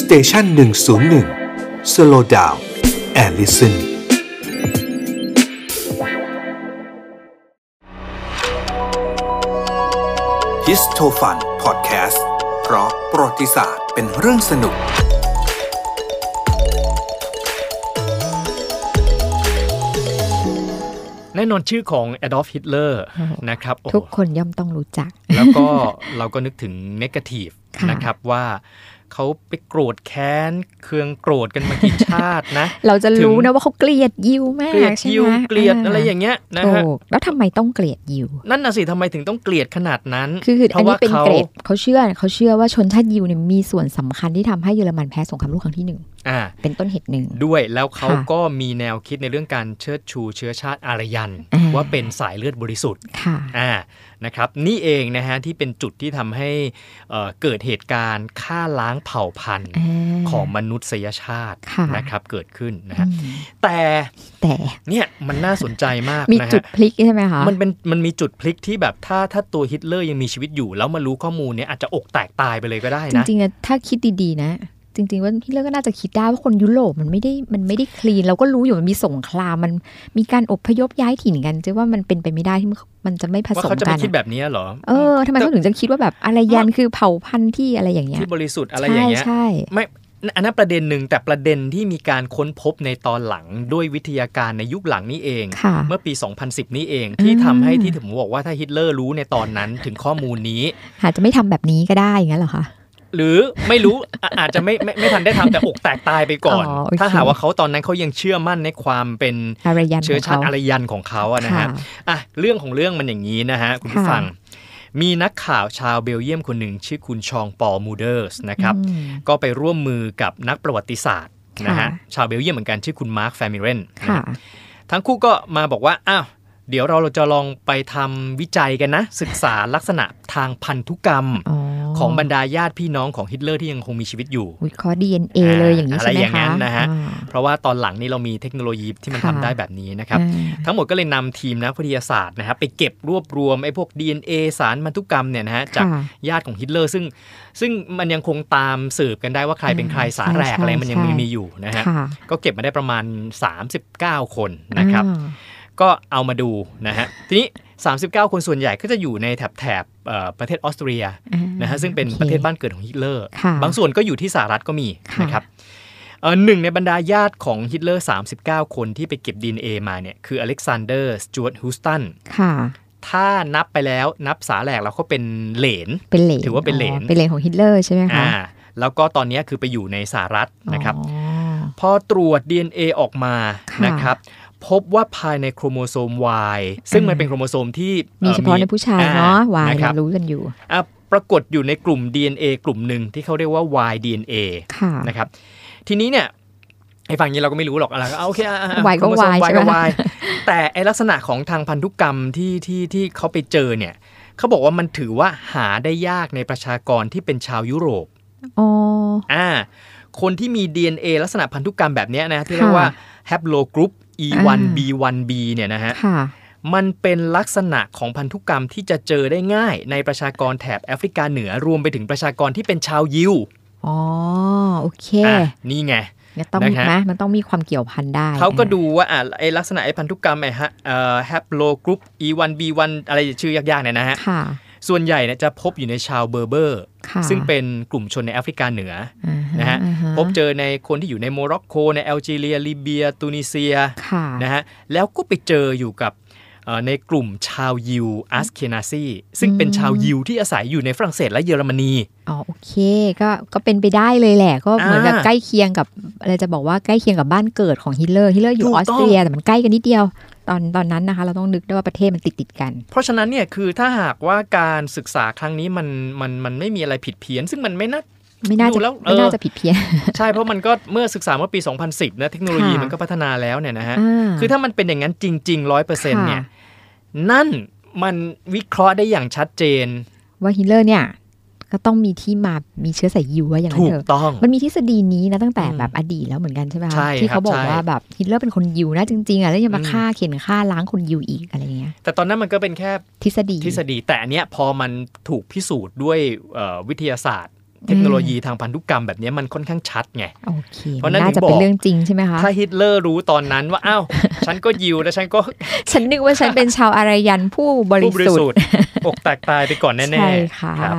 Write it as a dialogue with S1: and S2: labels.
S1: สเตชันหนึ่งศูนย์หนึ่งสโลดาวแอลลิสัน ฮิสโทฟันพอดแคสต์เพราะประวัติศาสตร์เป็นเรื่องสนุก
S2: แน่นอนชื่อของ Adolf Hitler นะครับโอ้
S3: ทุกคนย่อมต้องรู้จัก
S2: แล้วก็ เราก็นึกถึง Negative
S3: ค่ะ
S2: นะครับว่าเขาไปโกรธแค้น เคืองโกรธกันมากี่ชาตินะ
S3: เราจะรู้
S2: ถึง
S3: นะว่าเขาเกลียดยิวมา
S2: เกลีย
S3: ก
S2: ด
S3: ใช่
S2: ยิว
S3: ไหม
S2: เกลียดอะไรอย่างเงี้ยนะ
S3: ถู
S2: ฮะ
S3: กแล้วทำไมต้องเกลียดยิว
S2: นั่นน่ะสิทำไมถึงต้องเกลียดขนาดนั้น
S3: คือคือ
S2: เพ
S3: อัน
S2: ราะ
S3: นี้
S2: ว่า
S3: เป็น
S2: เขา
S3: เกรดเขาเชื่อเขาเชื่อว่าชนชาติยิวเนี่ยมีส่วนสำคัญที่ทำให้เยอรมันแพ้สงครามโลกครั้งที่หนึ่ง
S2: อ่า
S3: เป็นต้นเหตุหนึ่ง
S2: ด้วยแล้วเขา
S3: ค่ะ
S2: ก็มีแนวคิดในเรื่องการเชิดชูเชื้อชาติอารยัน
S3: อ่
S2: ว่าเป็นสายเลือดบริสุทธิ์
S3: ค่ะ
S2: อ่า นะครับ นี่เองนะฮะที่เป็นจุดที่ทำให้เอ่อเกิดเหตุการณ์ฆ่าล้างเผ่าพันธุ์
S3: อ่า
S2: ของมนุษยชาติ
S3: ค่ะ
S2: นะครับเกิดขึ้นนะ
S3: อื
S2: ฮะ
S3: ม
S2: แต่
S3: แต่
S2: เนี่ยมันน่าสนใจมาก
S3: มี
S2: นะ
S3: จุด
S2: ฮะ
S3: พลิกใช่ไหมคะ
S2: มันเป็นมันมีจุดพลิกที่แบบถ้าถ้าตัวฮิตเลอร์ยังมีชีวิตอยู่ แล้วมารู้ข้อมูลเนี่ยอาจจะอกแตกตายไปเลยก็ได้
S3: จ
S2: นะ
S3: ริงๆนะถ้าคิดดีๆนะ จริง ๆ ว่าพี่เลอร์ก็น่าจะคิดได้ว่าคนยุโรปมันไม่ได้มันไม่ได้คลีนเราก็รู้อยู่มันมีสงครามมันมีการอพยพย้ายถิ่นกันจะว่ามันเป็นไปไม่ได้ที่มันจะไม่ผ
S2: ว่า
S3: สม
S2: เขาจะ
S3: กั
S2: ไม่
S3: น
S2: คิด
S3: อะ
S2: แบบนี้เหรอ
S3: เออทำไมเขาถึงจะคิดว่าแบบอารยันคือเผ่าพันธุ์ที่อะไรอย่างเงี้ย
S2: ที่บริสุทธิ์อะไรอย่างเงี้ย
S3: ใช่
S2: ไม่อันนั้นประเด็นหนึ่งแต่ประเด็นที่มีการค้นพบในตอนหลังด้วยวิทยาการในยุคหลังนี้เอง
S3: ใช่ค่ะ
S2: เมื่อปี 2010 นี้เอง ที่
S3: อืม
S2: ทำให้ที่ผมบอกว่าถ้าฮิตเลอร์รู้ในตอนนั้นถึงข้อมูลนี้
S3: อาจจะไม่ทำแบบนี้ก็ได้อย่างนั้นเหรอคะ
S2: หรือไม่รู้ อ่ะอาจจะไม่ไม่ไม่ทันได้ทำแต่อกแตกตายไปก่อน
S3: อ๋อโอเค
S2: ถ้าหากว่าเขาตอนนั้นเขายังเชื่อมั่นในความเป็น
S3: อารยันข
S2: เชื้อ
S3: อง
S2: ชา
S3: เขา
S2: ติอารยันของเขาอะนะ
S3: ค่ะ
S2: ฮะอ่ะเรื่องของเรื่องมันอย่างนี้นะฮะ คุณผู้
S3: ค่ะ
S2: ฟัง มีนักข่าวชาวเบลเยียมคนหนึ่งชื่อคุณชองปอมูเดอร์สนะครับ
S3: อืม
S2: ก็ไปร่วมมือกับนักประวัติศาสตร์นะฮะ
S3: ค่ะ
S2: ชาวเบลเยียมเหมือนกันชื่อคุณมาร์คแฟมิเรนนะ
S3: ค่ะ
S2: ฮะทั้งคู่ก็มาบอกว่าอ้าวเดี๋ยวเราจะลองไปทำวิจัยกันนะ ศึกษาลักษณะทางพันธุกรรม
S3: อ๋อ
S2: ของบรรดาญาติพี่น้องของฮิตเลอร์ที่ยังคงมีชีวิตอยู่
S3: วิเคราะห์ DNA เลยอย่างนี้
S2: อ่า
S3: ใช่ไหม
S2: อะไรอย่างนั้
S3: คะ
S2: นนะฮะ
S3: อ่า
S2: เพราะว่าตอนหลังนี่เรามีเทคโนโลยีที่มันทำ
S3: ค่ะ
S2: ได้แบบนี้นะครับ
S3: อ่า
S2: ทั้งหมดก็เลยนำทีมนักวิทยาศาสตร์นะครับไปเก็บรวบรวมไอ้พวก DNA สารพันธุกรรมเนี่ยนะฮะจาก
S3: ค่ะ
S2: ญาติของฮิตเลอร์ซึ่งซึ่งมันยังคงตามสืบกันได้ว่าใครเป็นใครสาแหรก
S3: ใช่
S2: อะไรมันยังมี
S3: ใช่
S2: มีอยู่นะฮะ
S3: ค่ะ
S2: ก็เก็บมาได้ประมาณ 39 คนนะครับ
S3: อ่า
S2: ก็เอามาดูนะฮะทีนี้ 39 คนส่วนใหญ่ก็จะอยู่ในแถบแถบเอ่อประเทศออสเตรีย
S3: อ่า
S2: นะฮะซึ่งเป็น
S3: โอค
S2: ประเทศบ้านเกิดของฮิตเลอร์
S3: ค่ะ
S2: บางส่วนก็อยู่ที่สหรัฐก็มี
S3: ค่ะ
S2: นะครับเอ่อหนึ่งในบรรดาญาติของฮิตเลอร์ 39 คนที่ไปเก็บ DNA มาเนี่ยคืออเล็กซานเดอร์สจวตฮูสตัน
S3: ค่ะ
S2: ถ้านับไปแล้วนับสาแหลกแล้วก็เป็นเหลน
S3: เป็นเหลน
S2: ถือว่าเป็นเหลน
S3: เป็นเหลนของฮิตเลอร์ใช่ไหมคะ
S2: อ่าแล้วก็ตอนนี้คือไปอยู่ในสหรัฐนะครับ
S3: อ๋อ
S2: พอตรวจ DNA ออกมา
S3: ค่ะ
S2: นะครับ พบว่าภายในโครโมโซม Y ซึ่งมันเป็นโครโมโซมที่
S3: มี
S2: อ่อ
S3: เฉพาะในผู้ชายเนาะ
S2: อ่
S3: วาย
S2: นะครับ
S3: เรารู้กันอยู่
S2: อ่ะปรากฏอยู่ในกลุ่ม DNA กลุ่มหนึ่งที่เขาเรียกว่า Y DNA
S3: ค่ะ
S2: นะครับทีนี้เนี่ยไอ้ฝั่งนี้เราก็ไม่รู้หรอกอะไรก็เอาโอเคอ่ะอ่ะอ่ะ
S3: Y ก็
S2: โครโมโซม
S3: Y
S2: Y
S3: ใช่
S2: ก็
S3: ไหม
S2: Y แต่ไอลักษณะของทางพันธุกรรมที่ที่ที่เขาไปเจอเนี่ยเขาบอกว่ามันถือว่าหาได้ยากในประชากรที่เป็นชาวยุโรป
S3: อ๋อ
S2: อ่าคนที่มี DNA ลักษณะพันธุกรรมแบบเนี้ยนะที่เรียกว่า haplogroup
S3: อ่า
S2: E1B1B เนี่ยนะฮะ
S3: ค่ะ
S2: มันเป็นลักษณะของพันธุกรรมที่จะเจอได้ง่าย ในประชากรแถบแอฟริกาเหนือรวมไปถึงประชากรที่เป็นชาวยิว
S3: อ๋อ โอเค
S2: อ่ะนี่ไง
S3: เนี่ยต้อง
S2: นะครับ
S3: นะมันต้องมีความเกี่ยวพันได้
S2: เขาก็
S3: อ่ะ
S2: ดูว่าอ่ะไอลักษณะไอพันธุกรรมไอฮะเอ่อแฮปโลกรุ๊ป E1B1 อะไรชื่อยากๆเนี่ยนะฮะ
S3: ค่ะ
S2: ส่วนใหญ่เนี่ยจะพบอยู่ในชาวเบอร์เบอร์
S3: ค่ะ
S2: ซึ่งเป็นกลุ่มชนในแอฟริกาเหนือ
S3: อ่า
S2: นะฮะ
S3: อ่า
S2: พบเจอในคนที่อยู่ในโมร็อกโกในแอลจีเรียลิเบียตูนิเซีย
S3: ค่ะ
S2: นะฮะแล้วก็ไปเจออยู่กับเอ่อในกลุ่มชาวยิวอัสเคนาซีซึ่งเป็นชาวยิวที่อาศัยอยู่ในฝรั่งเศสและเยอรมนี
S3: อ๋อ โอเค ก็ ก็เป็นไปได้เลยแหละ ก็เหมือนกับ
S2: อ่า
S3: ใกล้เคียงกับอะไรจะบอกว่าใกล้เคียงกับบ้านเกิดของฮิตเลอร์ ฮิตเลอร์อยู่
S2: ถู
S3: อก
S2: ต้
S3: อ
S2: อง
S3: สเตรีย แต่มันใกล้กันนิดเดียว ตอน ตอนนั้นนะคะ เราต้องนึกด้วยว่าประเทศมันติดติดๆกัน
S2: เพราะฉะนั้นเนี่ยคือถ้าหากว่าการศึกษาครั้งนี้มันมันมันไม่มีอะไรผิดเพี้ยน ซึ่งมันไม่น่า
S3: ไม่น่า
S2: ดู
S3: จะ
S2: แล้วเออ
S3: ไม่น่าจะผิดเพี้ยน
S2: ใช่เพราะมันก็เมื่อศึกษาเมื่อปี 2010นะเทคโนโลยี
S3: ค่ะ
S2: มันก็พัฒนาแล้วเนี่ยนะฮะ
S3: อ่า
S2: คือถ้ามันเป็นอย่างนั้นจริงๆร้อยเปอร์เซ็นต์
S3: ค่ะ
S2: เนี่ยนั่นมันวิเคราะห์ได้อย่างชัดเจน
S3: ว่าฮิตเลอร์เนี่ย ก็ต้องมีที่มา มีเชื้อสายยิวว่าอย่างนั้
S2: ถู
S3: น
S2: ก
S3: เถอะ
S2: ต้อง
S3: มันมีทฤษฎีนี้นะตั้งแต่
S2: อืม
S3: แบบอดีตแล้วเหมือนกันใช่ไหมคะ
S2: ใช่
S3: ที่
S2: ค
S3: เขา
S2: รับ
S3: บอก
S2: ใช่
S3: ว่าแบบฮิตเลอร์เป็นคนยิวนะจริงๆอ่ะแล้วยังมา
S2: อืม
S3: ฆ่าเข็นฆ่าล้างคนยิวอีกอะไรอย่างเงี้ย
S2: แต่ตอนนั้นมันก็เป็นแค่
S3: ทฤษฎี
S2: ทฤษฎีแต่อันเนี้ยพอมันถูกพิสูจน์ด้วยเอ่อวิทยาศาสตร์ เทคโนโลยีทางพันธุกรรมแบบเนี้ยมันค่อนข้างชัดไง
S3: โอเค
S2: เพ
S3: มั
S2: ราะ
S3: น
S2: นั่น
S3: น่า
S2: ถึง
S3: จะเป็น
S2: บอก
S3: เรื่องจริงใช่ไหมคะ
S2: ถ้าฮิตเลอร์รู้ตอนนั้นว่า อ้าว ฉันก็ยิวและฉันก็
S3: ฉันนึกว่าฉันเป็นชาวอารยันผู้บริ
S2: ผู้บริ
S3: สุท
S2: สุท
S3: ธิ์
S2: ธิ์อกแตกตายไปก่อนแน่
S3: ใช่
S2: ๆ
S3: ค่ะ
S2: ครับ